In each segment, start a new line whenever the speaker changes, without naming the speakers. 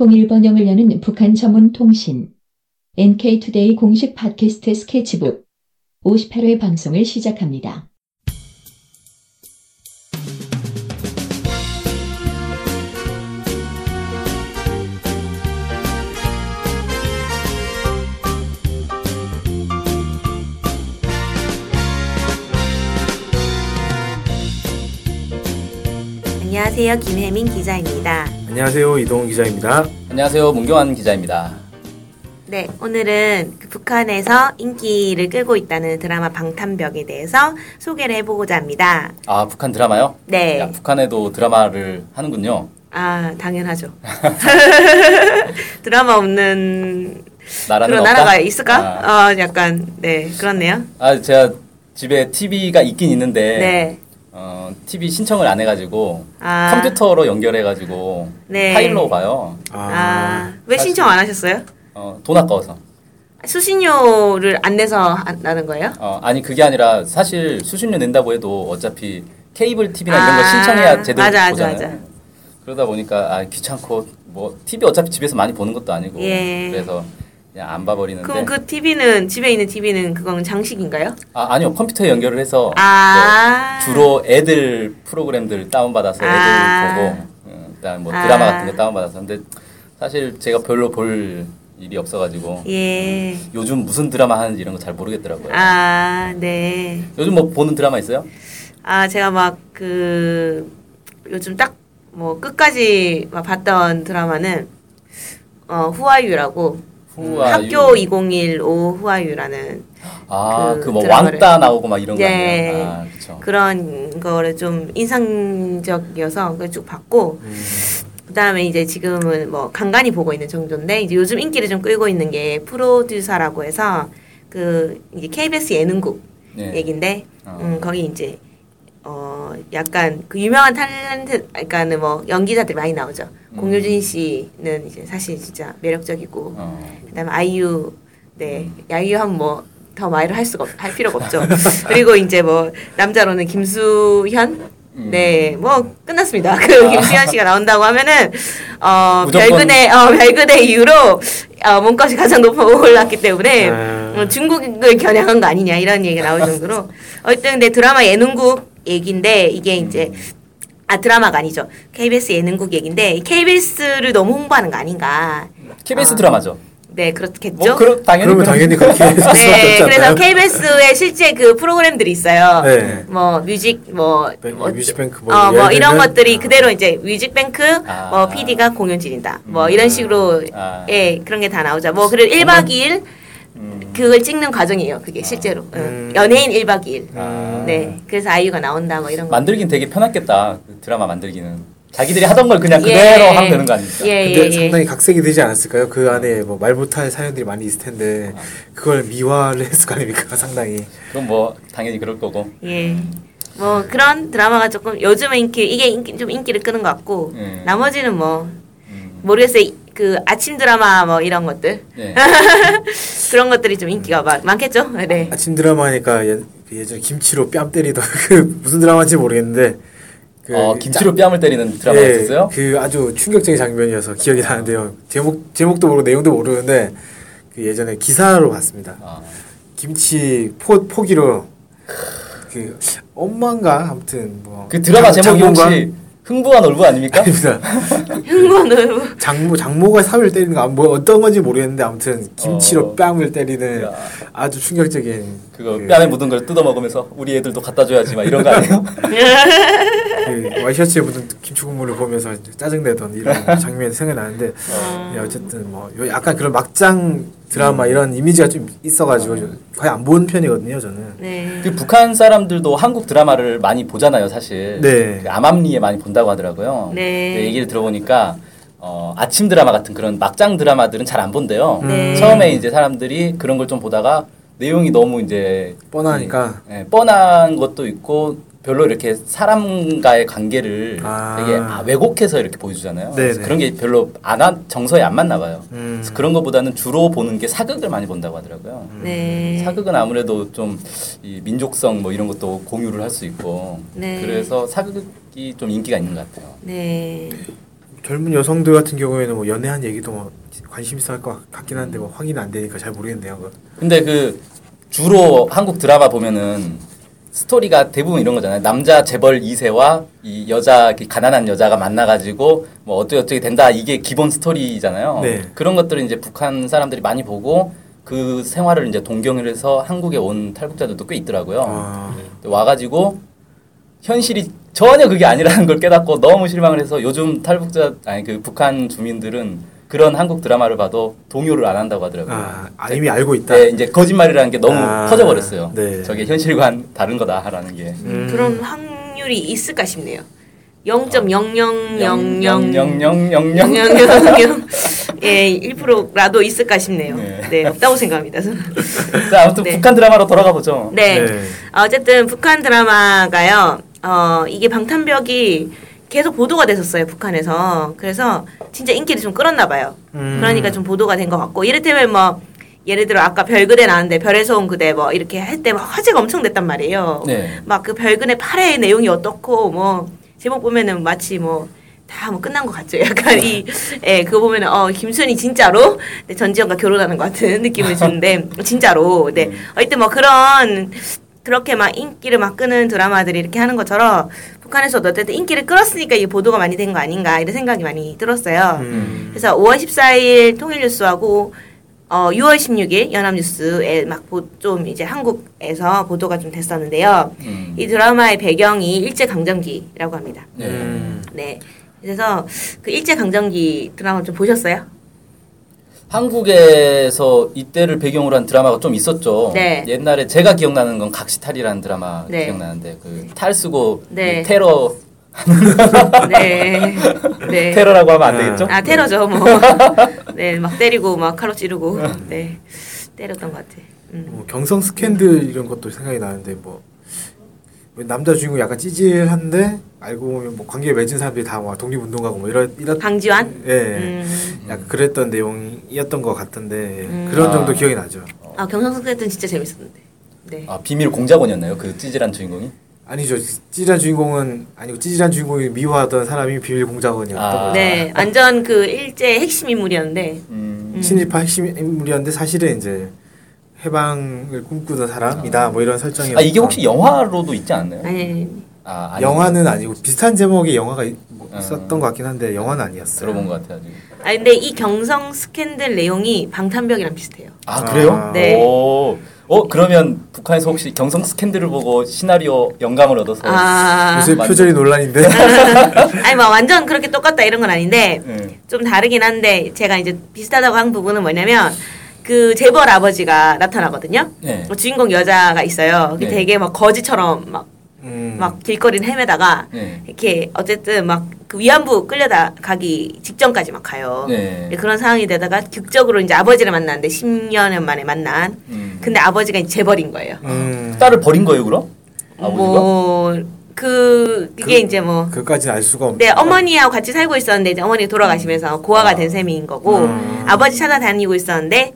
통일번영을 여는 북한 전문 통신 NK투데이 공식 팟캐스트 스케치북 58회 방송을 시작합니다.
안녕하세요. 김혜민 기자입니다.
안녕하세요 이동훈 기자입니다.
안녕하세요. 문경환 기자입니다.
네, 오늘은 그 북한에서 인기를 끌고 있다는 드라마 방탄벽에 대해서 소개를 해보고자 합니다.
아, 북한 드라마요? 야,
네,
북한에도 드라마를 하는군요.
아 당연하죠. 드라마 없는
나라는
그런
없다?
나라가 있을까?
아,
아, 약간 네 그렇네요.
아, 제가 집에 TV가 있긴 있는데
네,
어, TV 신청을 안 해가지고
아.
컴퓨터로 연결해가지고
네.
파일로 봐요.
아 왜
사실-
신청 안 하셨어요?
어, 돈 아까워서.
수신료를 안 내서 한다는 거예요?
어, 아니 그게 아니라 사실 수신료 낸다고 해도 어차피 케이블 TV나 이런 거
아,
신청해야 제대로
맞아, 맞아,
보잖아요.
맞아.
그러다 보니까 아, 귀찮고 뭐 TV 어차피 집에서 많이 보는 것도 아니고
예.
그래서 그냥 안 봐버리는데.
그럼 그 TV는 집에 있는 TV는 그건 장식인가요?
아, 아니요. 컴퓨터에 연결을 해서
아
네, 주로 애들 프로그램들 다운받아서 애들
아.
보고 음, 그다음 뭐 드라마
아.
같은 거 다운받아서 근데 사실 제가 별로 볼 일이 없어가지고
예.
요즘 무슨 드라마 하는지 이런 거 잘 모르겠더라고요.
아, 네.
요즘 뭐 보는 드라마 있어요?
아, 제가 막 그 요즘 딱 뭐 끝까지 막 봤던 드라마는 어, 후아유라고 음. 학교 2015 후아유라는 그
아그 뭐
드라마를.
왕따 나오고 막 이런 거
네.
아니에요? 아 그쵸.
그런 거를 좀 인상적이어서 그걸 쭉 봤고 그다음에 이제 지금은 뭐 간간히 보고 있는 정도인데 이제 요즘 인기를 좀 끌고 있는 게 프로듀서라고 해서 그 이제 KBS 예능국
네.
얘긴데
어.
음, 거기 이제 어 약간 그 유명한 탤런트 그러니까는 뭐 연기자들 많이 나오죠.
음.
공효진 씨는 이제 사실 진짜 매력적이고
어.
그다음에 아이유 네
음.
야유 하면 뭐더 말을 할 수가 없, 할 필요가 없죠. 그리고 이제 뭐 남자로는 김수현
음. 아.
네, 뭐 끝났습니다. 그 김수현 씨가 나온다고 하면은 어
무조건-
별그대 어 별그대 이후로 어, 몸값이 가장 높아 올랐기 때문에
네.
아.
어, 중국을 겨냥한 거 아니냐 이런 얘기가 나올 정도로 어쨌든 근데 드라마 예능국 얘기인데 이게 이제 아 드라마가 아니죠 KBS 예능국 얘기인데 KBS를 너무 홍보하는 거 아닌가
KBS
아.
드라마죠.
네 그렇겠죠.
뭐 그럼 당연히
그러면
그런-
당연히 그렇게 했을 수밖에
네,
없지
그래서
않나요?
KBS에 실제 그 프로그램들이 있어요.
네.
뭐 뮤직 뭐,
네,
뱅-
뭐
뮤직뱅크 뭐,
어, 뭐 이런
얘네는-
것들이
아.
그대로 이제 뮤직뱅크
아. 음.
뭐 PD가 공연 지린다. 뭐 이런 식으로
아.
예, 그런 게 다 나오죠. 뭐 그리고 1박 2일
음.
그걸 찍는 과정이에요. 그게 실제로. 응. 연예인 1박 2일.
아.
네. 그래서 아이유가 나온다 뭐 이런 거.
만들긴 되게 편했겠다. 그 드라마 만들기는 자기들이 하던 걸 그냥
예.
그대로 하면 되는 거 아닙니까?
예,
근데
예, 예.
상당히 각색이 되지 않았을까요? 그 안에 뭐 말 못할 사연들이 많이 있을 텐데 그걸 미화를 했을 거 아닙니까? 상당히
그럼 뭐 당연히 그럴 거고.
예. 뭐 그런 드라마가 조금 요즘에 인기 이게 인기, 좀 인기를 끄는 것 같고
예.
나머지는 뭐
음.
모르겠어요. 그 아침 드라마 뭐 이런 것들
네.
그런 것들이 좀 인기가
음.
많, 많겠죠. 네.
아침 드라마니까 예, 그 예전에 김치로 뺨 때리던 그 무슨 드라마인지 모르겠는데 그
어, 김치로 뺨을 때리는 드라마
예,
있었어요?
그 아주 충격적인 장면이어서 기억이 나는데요. 제목 제목도 모르고 내용도 모르는데 그 예전에 기사로 봤습니다.
아,
김치 포 포기로 그 엄마인가 아무튼 뭐
그 드라마
장-
제목이
장모인가?
혹시 흥부와 놀부 아닙니까?
아닙니다.
음, 뭐
음.
흥분을
장모 장모가 사위를 때리는 거뭐 어떤 건지 모르겠는데 아무튼 김치로
어.
뺨을 때리는
야.
아주 충격적인
그거
그-
뺨에 뭐 묻은 걸 뜯어 먹으면서 우리 애들도 갖다 줘야지 막 이런 거 아니에요?
그 와이셔츠에 묻은 김치 국물을 보면서 짜증 내던 이런 장면이 생각나는데 예, 어쨌든 뭐 요- 약간 그런 막장 드라마 이런 이미지가 좀 있어가지고 좀 거의 안 본 편이거든요 저는.
네.
그 북한 사람들도 한국 드라마를 많이 보잖아요, 사실.
네.
그 암암리에 많이 본다고 하더라고요.
네.
근데 얘기를 들어보니까 어, 아침 드라마 같은 그런 막장 드라마들은 잘 안 본대요.
네.
처음에 이제 사람들이 그런 걸 좀 보다가 내용이 너무 이제
뻔하니까.
예, 뻔한 것도 있고 별로 이렇게 사람과의 관계를
아.
되게 아, 왜곡해서 이렇게 보여주잖아요. 그래서
네네.
그런 게 별로 안 한- 정서에 안 맞나 봐요.
음.
그래서 그런 것보다는 주로 보는 게 사극을 많이 본다고 하더라고요.
네.
사극은 아무래도 좀 이 민족성 뭐 이런 것도 공유를 할 수 있고
네.
그래서 사극이 좀 인기가 있는 것 같아요.
네.
젊은 여성들 같은 경우에는 뭐 연애한 얘기도 뭐 관심 있어 할 것 같긴 한데 뭐 확인 안 되니까 잘 모르겠네요. 그건.
근데 그 주로 한국 드라마 보면은 스토리가 대부분 이런 거잖아요. 남자 재벌 2세와 이 여자 그 가난한 여자가 만나가지고 뭐 어떻게 어떻게 된다 이게 기본 스토리잖아요.
네.
그런 것들을 이제 북한 사람들이 많이 보고 그 생활을 이제 동경을 해서 한국에 온 탈북자들도 꽤 있더라고요.
아,
와가지고 현실이 전혀 그게 아니라는 걸 깨닫고 너무 실망을 해서 요즘 탈북자 아니 그 북한 주민들은 그런 한국 드라마를 봐도 동요를 안 한다고 하더라고요.
아, 아, 이미 알고 있다.
네, 이제 거짓말이라는 게 너무
아,
커져버렸어요.
네.
저게 현실과는 다른 거다라는 게.
음.
그런 확률이 있을까 싶네요. 0.0000000
영영영영영.
예, 1%라도 있을까 싶네요.
네.
네, 없다고 생각합니다. 저는.
자, 아무튼
네.
북한 드라마로 돌아가 보죠.
네. 아, 어쨌든 북한 드라마가요. 어, 이게 방탄벽이 계속 보도가 됐었어요, 북한에서. 그래서 진짜 인기를 좀 끌었나 봐요.
음.
그러니까 좀 보도가 된 것 같고 이를테면 뭐 예를 들어 아까 별그대 나왔는데 별에서 온 그대 뭐 이렇게 할 때 막 화제가 엄청 됐단 말이에요.
네.
막 그 별근의 8회 내용이 어떻고 뭐 제목 보면은 마치 뭐 다 뭐 끝난 것 같죠. 약간 이, 예, 그거 보면은, 어, 김순이 진짜로? 네, 전지현과 결혼하는 것 같은 느낌을 주는데, 진짜로. 네. 어, 이때 뭐 그런, 그렇게 막 인기를 막 끄는 드라마들이 이렇게 하는 것처럼, 북한에서도 어쨌든 인기를 끌었으니까 이게 보도가 많이 된 거 아닌가, 이런 생각이 많이 들었어요.
음.
그래서 5월 14일 통일뉴스하고 어, 6월 16일 연합뉴스에 막 좀 이제 한국에서 보도가 좀 됐었는데요.
음.
이 드라마의 배경이 일제 강점기라고 합니다.
네.
음.
네. 그래서 그 일제 강점기 드라마 좀 보셨어요?
한국에서 이때를 배경으로 한 드라마가 좀 있었죠.
네.
옛날에 제가 기억나는 건 각시탈이라는 드라마
네.
기억나는데 그 탈 쓰고
네.
이 테러
네. 네.
테러라고 하면 안
아.
되겠죠?
아 테러죠 뭐. 네, 막 때리고 막 칼로 찌르고 네 때렸던 것 같아. 음.
뭐 경성 스캔들 이런 것도 생각이 나는데 뭐왜 남자 주인공 약간 찌질한데 알고 보면 뭐 관계에 맺은 사람들이 다뭐 독립운동가고 뭐 이런 이런
강지환.
예, 예.
음.
약간 그랬던 내용이었던 것 같은데 예.
음.
그런 정도
아.
기억이 나죠.
아 경성석 때는 진짜 재밌었는데. 네.
아, 비밀 공작원이었나요? 그 찌질한 주인공이?
아니죠. 찌질한 주인공은 아니고 찌질한 주인공이 미워하던 사람이 비밀 공작원이었던
아.
거죠.
네, 완전 그 일제의 핵심 인물이었는데.
음.
음.
친일파 핵심 인물이었는데 사실은 이제 해방을 꿈꾸던 사람이다 뭐 이런 설정이었어요.
아 이게 혹시 영화로도 있지 않나요?
아니, 아니,
아, 아니.
영화는 아니고 비슷한 제목의 영화가 있- 뭐
아.
있었던 것 같긴 한데 영화는 아니었어요.
들어본 것 같아요 아직.
아 근데 이 경성 스캔들 내용이 방탄벽이랑 비슷해요.
아
아,
그래요?
네.
오. 어 그러면 북한에서 혹시 경성 스캔들을 보고 시나리오 영감을 얻어서
아,
요새
맞네.
표절이 논란인데
아니 뭐 완전 그렇게 똑같다 이런 건 아닌데
네.
좀 다르긴 한데 제가 이제 비슷하다고 한 부분은 뭐냐면 그 재벌 아버지가 나타나거든요. 뭐
네.
주인공 여자가 있어요. 그게
네.
되게 막 거지처럼 막
음.
막 길거리를 헤매다가
네.
이렇게 어쨌든 막 그 위안부 끌려다 가기 직전까지 막 가요.
네.
근데 그런 상황이 되다가 극적으로 이제 아버지를 만났는데 10년 만에 만난.
음.
근데 아버지가 이제 재벌인 거예요.
음.
딸을 버린 거예요 그럼? 아버지가?
뭐, 뭐그 그게 이제 뭐
그까지는 알 수가 없네.
네, 어머니하고 같이 살고 있었는데 이제 어머니 돌아가시면서 고아가 된 셈인 거고
음.
아버지 찾아다니고 있었는데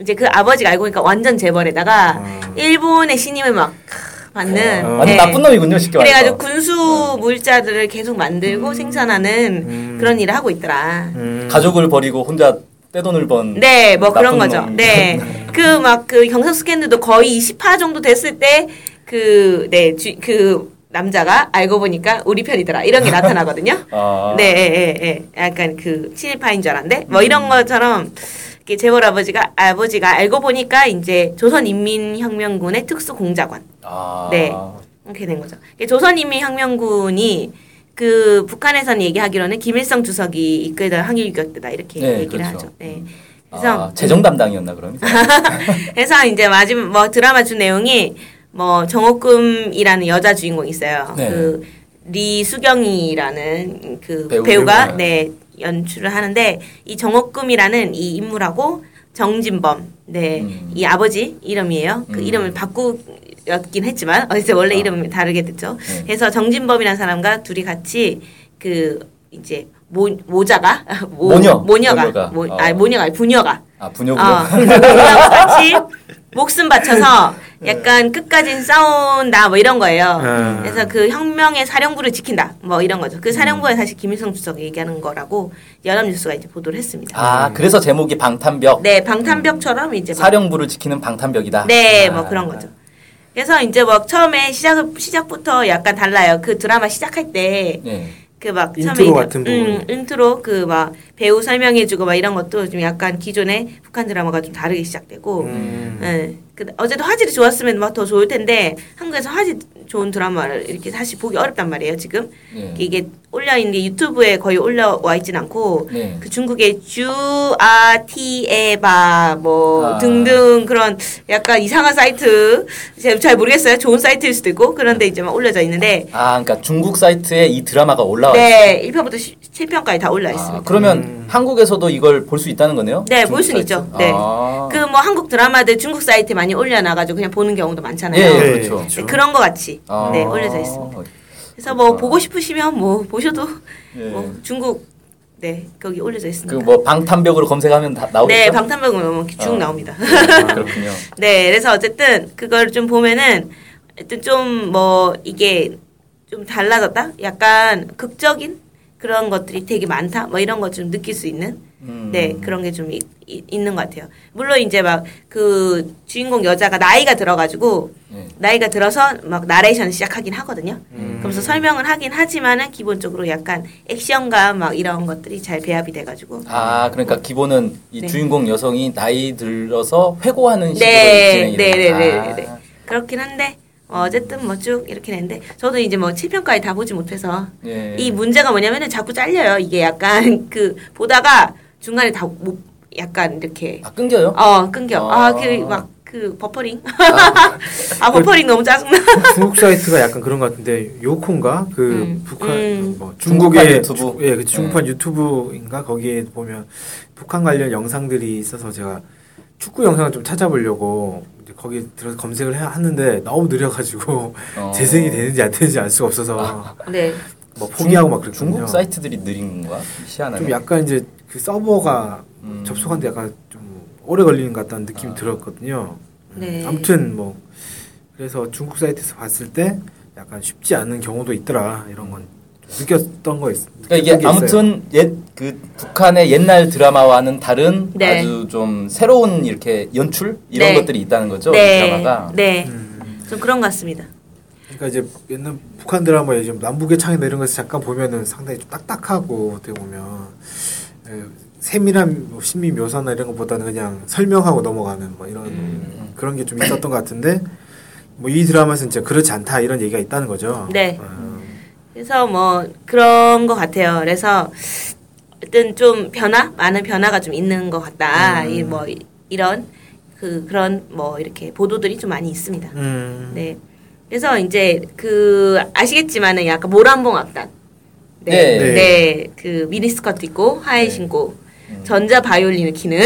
이제 그 아버지가 알고 보니까 완전 재벌에다가
음.
일본의 신임을 막 크, 받는
어, 완전
예.
나쁜 놈이군요 쉽게 말해서.
그래가지고
음.
군수 물자들을 계속 만들고 생산하는
음.
그런 일을 하고 있더라.
음.
가족을 버리고 혼자 떼돈을 번.
그 네, 뭐 그런
나쁜
거죠.
놈.
네. 그 막 그 경성 스캔들도 거의 20화 정도 됐을 때 그 네, 주, 그 남자가 알고 보니까 우리 편이더라. 이런 게 나타나거든요.
아.
네, 예, 예, 예. 약간 그 친일파인 줄 알았는데 뭐
음.
이런 것처럼 이렇게 재벌 아버지가 아버지가 알고 보니까 이제 조선인민혁명군의 특수공작원
아.
네. 이렇게 된 거죠. 이게 조선인민혁명군이 그 북한에서는 얘기하기로는 김일성 주석이 이끌던 항일국격대다 이렇게
네,
얘기를
그렇죠.
하죠. 네. 그래서
아, 재정 담당이었나 그럼?
해서 이제 마지막 뭐 드라마 주 내용이 뭐 정옥금이라는 여자 주인공이 있어요.
네.
그 리수경이라는 그
배우,
배우, 가
배우가.
네 연출을 하는데 이 정옥금이라는 이 인물하고 정진범 네 이
음.
아버지 이름이에요. 그
음.
이름을 바꾸었긴 했지만 어디서 원래
아.
이름이 다르게 됐죠.
네.
그래서 정진범이라는 사람과 둘이 같이 그 이제 모, 모자가 모,
모녀.
모녀가,
모녀가.
모,
어.
아 모녀가 아니라 부녀가
아 분녀군요.
어, 그래서 우리하고 같이 목숨 바쳐서 약간 끝까지 싸운다 뭐 이런 거예요.
아.
그래서 그 혁명의 사령부를 지킨다 뭐 이런 거죠. 그
음.
사령부에 사실 김일성 주석이 얘기하는 거라고 연합뉴스가 이제 보도를 했습니다.
아 그래서 제목이
아.
방탄벽
네, 방탄벽처럼 이제 막-
사령부를 지키는 방탄벽이다.
네,
아.
뭐 그런 거죠. 그래서 이제 막 처음에 시작 시작부터 약간 달라요. 그 드라마 시작할 때
예.
그 막
인트로
처음에 이제-
같은 부분.
음, 인트로 그 막 배우 설명해주고 막 이런 것도 좀 약간 기존의 북한 드라마가 좀 다르게 시작되고.
음.
네,
예. 그 어제도 화질이 좋았으면 막 더 좋을 텐데 한국에서 화질 좋은 드라마를 이렇게 사실 보기 어렵단 말이에요 지금
예.
이게 올려 있는 게 유튜브에 거의 올라와 있진 않고
네.
그 중국의 아, 주아티에바 뭐
아.
등등 그런 약간 이상한 사이트 제가 잘 모르겠어요 좋은 사이트일 수도 있고 그런데 이제 막 올려져 있는데
아 그러니까 중국 사이트에 이 드라마가 올라와 있어요.
네 1편부터 7편까지 다 올라 있습니다.
아, 그러면
음.
한국에서도 이걸 볼 수 있다는 거네요?
네,
중국
볼 수는
사이트?
있죠. 네.
아.
그 뭐 한국 드라마들 중국 사이트에 많이 올려놔가지고 그냥 보는 경우도 많잖아요.
예, 예,
네,
그렇죠.
네, 그런 거 같이
아.
네 올려져 있습니다. 그래서 뭐 보고 싶으시면 뭐 보셔도
예.
뭐 중국 네 거기 올려져 있습니다.
그 뭐 방탄벽으로 검색하면 다 나오겠죠?
네 방탄벽은 너무 쭉
아.
나옵니다.
아, 그렇군요.
네 그래서 어쨌든 그걸 좀 보면은 일단 좀 뭐 이게 좀 달라졌다. 약간 극적인 그런 것들이 되게 많다. 뭐 이런 것 좀 느낄 수 있는
음.
네 그런 게 좀 있는 것 같아요. 물론 이제 막 그 주인공 여자가 나이가 들어가지고
네.
나이가 들어서 막 나레이션을 시작하긴 하거든요.
음.
그러면서 설명을 하긴 하지만은 기본적으로 약간 액션과 막 이런 것들이 잘 배합이 돼가지고
아 그러니까 기본은 이
네.
주인공 여성이 나이 들어서 회고하는 식으로
네,
진행이
네, 네,
되는-
네, 네.
아.
그렇긴 한데 어, 어쨌든 뭐 쭉 이렇게 냈는데 저도 이제 뭐 7편까지 다 보지 못해서
네.
이 문제가 뭐냐면은 자꾸 잘려요. 이게 약간 그 보다가 중간에 다 못 약간 이렇게
아 끊겨요?
어 끊겨.
아. 네.
아 그 막 그 버퍼링. 아 버퍼링 너무 짜증나.
중국 사이트가 약간 그런 것 같은데 요콘가 그
음.
북한
음.
뭐
중국판
중국의
유튜브. 네.
주- 예, 그 중국판 유튜브인가 거기에 보면 북한 관련 영상들이 있어서 제가 축구 영상을 좀 찾아보려고 이제 거기 들어서 검색을 해- 하는데 너무 느려가지고
아.
어. 아.
재생이 되는지 안 되는지 알 수가 없어서
네.
뭐 포기하고 막 그랬거든요.
중국 사이트들이 느린 건가? 희한하네.
좀 약간 이제 그 서버가
음.
접속하는데 약간 좀 오래 걸리는 것 같다는 느낌이
아.
들었거든요. 음,
네.
아무튼 뭐 그래서 중국 사이트에서 봤을 때 약간 쉽지 않은 경우도 있더라 이런 건 느꼈던 거 있.
그러니까
느꼈던 게
이게 아무튼 옛 그 북한의 옛날 드라마와는 다른
네.
아주 좀 새로운 이렇게 연출 이런
네.
것들이 있다는 거죠 이
네.
드라마가.
네.
있어요. 음,
좀 그런 것 같습니다.
그러니까 이제 옛날 북한 드라마 요즘 남북의 창이나 이런 것을 잠깐 보면은 상당히 좀 딱딱하고 어떻게 보면 에, 세밀한 뭐 심미 묘사나 이런 것보다는 그냥 설명하고 넘어가는 뭐 이런
음.
그런 게 좀 있었던 것 같은데 뭐 이 드라마에서는 진짜 그렇지 않다 이런 얘기가 있다는 거죠.
네.
음.
그래서 뭐 그런 것 같아요. 그래서 어쨌든 좀 변화 많은 변화가 좀 있는 것 같다.
음.
이 뭐 이런 그 그런 뭐 이렇게 보도들이 좀 많이 있습니다.
음.
네. 그래서 이제 그 아시겠지만은 약간 모란봉 악단.
네.
네.
네.
네. 그 미니스커트 입고 하이
네.
신고
음.
전자 바이올린을 키는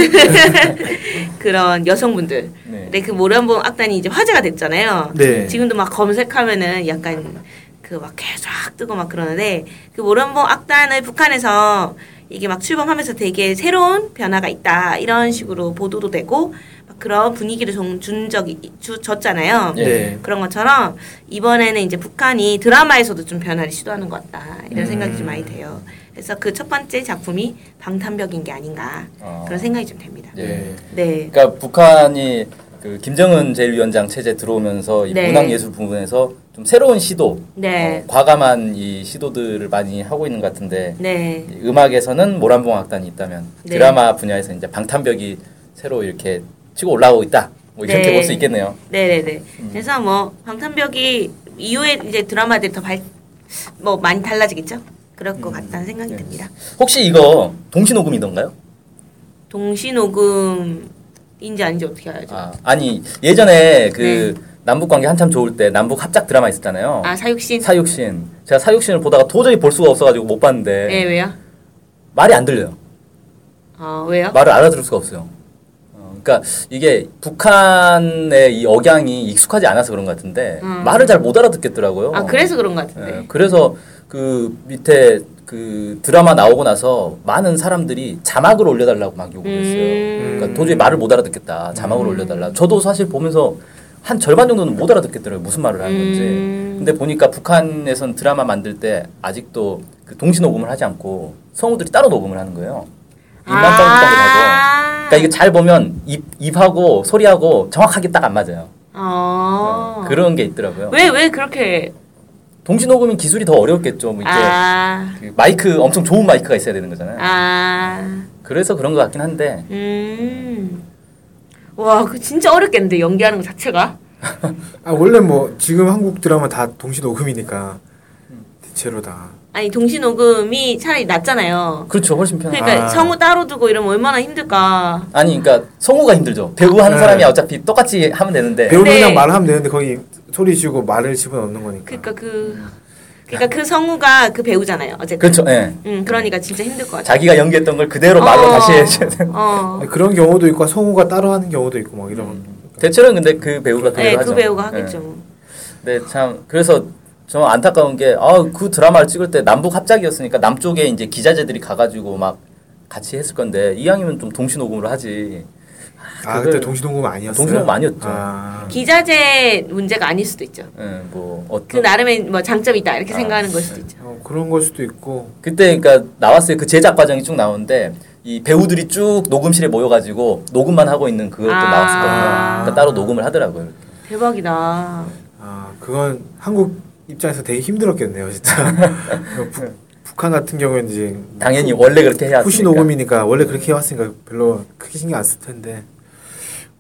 그런 여성분들.
네.
근데 그 모란봉 악단이 이제 화제가 됐잖아요.
네.
지금도 막 검색하면은 약간 그 막 계속 뜨고 막 그러는데 그 모란봉 악단을 북한에서 이게 막 출범하면서 되게 새로운 변화가 있다 이런 식으로 보도도 되고 막 그런 분위기를 좀 준 적이 주, 줬잖아요.
예.
네.
그런 것처럼 이번에는 이제 북한이 드라마에서도 좀 변화를 시도하는 것 같다 이런 생각이 좀 많이 돼요. 그래서 그 첫 번째 작품이 방탄벽인 게 아닌가
아.
그런 생각이 좀 됩니다.
예.
네.
그러니까 북한이 그 김정은 제1위원장 체제 들어오면서 이
네.
문학예술 부분에서 좀 새로운 시도,
네.
어, 과감한 이 시도들을 많이 하고 있는 것 같은데
네.
이 음악에서는 모란봉 악단이 있다면
네.
드라마 분야에서 이제 방탄벽이 새로 이렇게 치고 올라오고 있다. 뭐 이렇게
네.
볼 수 있겠네요.
네네네.
음.
그래서 뭐 방탄벽이 이후에 이제 드라마들이 더발뭐 많이 달라지겠죠. 그럴 것 같다는 생각이
네.
듭니다.
혹시 이거 동시 녹음이던가요?
동시 녹음인지 아닌지 어떻게 알죠? 아,
아, 아니 예전에 그
네.
남북 관계 한참 좋을 때 남북 합작 드라마 있었잖아요.
사육신.
네. 사육신. 제가 사육신을 보다가 도저히 볼 수가 없어가지고 못 봤는데
네 왜요?
말이 안 들려요.
아 왜요?
말을 알아들을 수가 없어요. 어, 그러니까 이게 북한의 이 억양이 익숙하지 않아서 그런 것 같은데
음.
말을 잘 못 알아듣겠더라고요.
네. 아 그래서 그런 것 같은데.
예, 그래서 그 밑에 그 드라마 나오고 나서 많은 사람들이 자막을 올려달라고 막 요구를 했어요.
음.
그러니까 도저히 말을 못 알아듣겠다. 자막을 올려달라. 저도 사실 보면서 한 절반 정도는 못 알아듣겠더라고요. 무슨 말을 하는 건지.
음.
근데 보니까 북한에선 드라마 만들 때 아직도 그 동시 녹음을 하지 않고 성우들이 따로 녹음을 하는 거예요. 입만
아.
뻥뻥하고. 그러니까 이게 잘 보면 입 입하고 소리하고 정확하게 딱 안 맞아요.
아.
네. 그런 게 있더라고요.
왜, 왜 그렇게.
동시 녹음인 기술이 더 어려웠겠죠. 뭐 이제
아.
그 마이크 엄청 좋은 마이크가 있어야 되는 거잖아요.
아.
그래서 그런 것 같긴 한데
음. 와, 그 진짜 어렵겠는데, 연기하는 거 자체가.
아 원래 뭐 지금 한국 드라마 다 동시 녹음이니까 대체로 다.
아니, 동시녹음이 차라리 낫잖아요.
그렇죠 훨씬 편해.
그러니까
아.
성우 따로 두고 이러면 얼마나 힘들까.
아니 그러니까 성우가 힘들죠. 배우하는
네.
사람이 어차피 똑같이 하면 되는데
배우는
근데-
그냥 말을 하면 되는데 거기 소리 지고 말을 집어넣는 거니까.
그러니까 그, 그러니까 그 성우가 그 배우잖아요. 어쨌든.
그렇죠. 예.
음, 그러니까 진짜 힘들 것 같아.
자기가 연기했던 걸 그대로 말로
어.
다시 해줘야 되는.
어.
근데 그런 경우도 있고 성우가 따로 하는 경우도 있고 막 이런.
음. 대체로는 근데 그 배우가 그대로
네,
하죠.
그 배우가
예.
하겠죠. 뭐.
네, 참 그래서 좀 안타까운 게 그 드라마를 찍을 때 남북 합작이었으니까 남쪽에 이제 기자재들이 가가지고 막 같이 했을 건데 이왕이면 좀 동시 녹음으로 하지.
아
그걸-
그때 동시 녹음 아니었어요.
동시 녹음 아니었죠.
아.
기자재 문제가 아닐 수도 있죠.
예, 뭐
그
어떤
나름의 뭐 장점이 있다 이렇게
아,
생각하는 걸 수도 있죠.
어, 그런 걸 수도 있고.
그때 그러니까 나왔어요. 그 제작 과정이 쭉 나오는데 이 배우들이 쭉 녹음실에 모여가지고 녹음만 하고 있는 그것도
아.
나왔었거든요. 그러니까 따로 녹음을 하더라고요.
대박이다.
아 그건 한국 입장에서 되게 힘들었겠네요 진짜. 북, 북한 같은 경우에는 이제
당연히 원래 그렇게 해야
후시 녹음이니까 원래 그렇게 해왔으니까 별로 크게 신경 안 쓸 텐데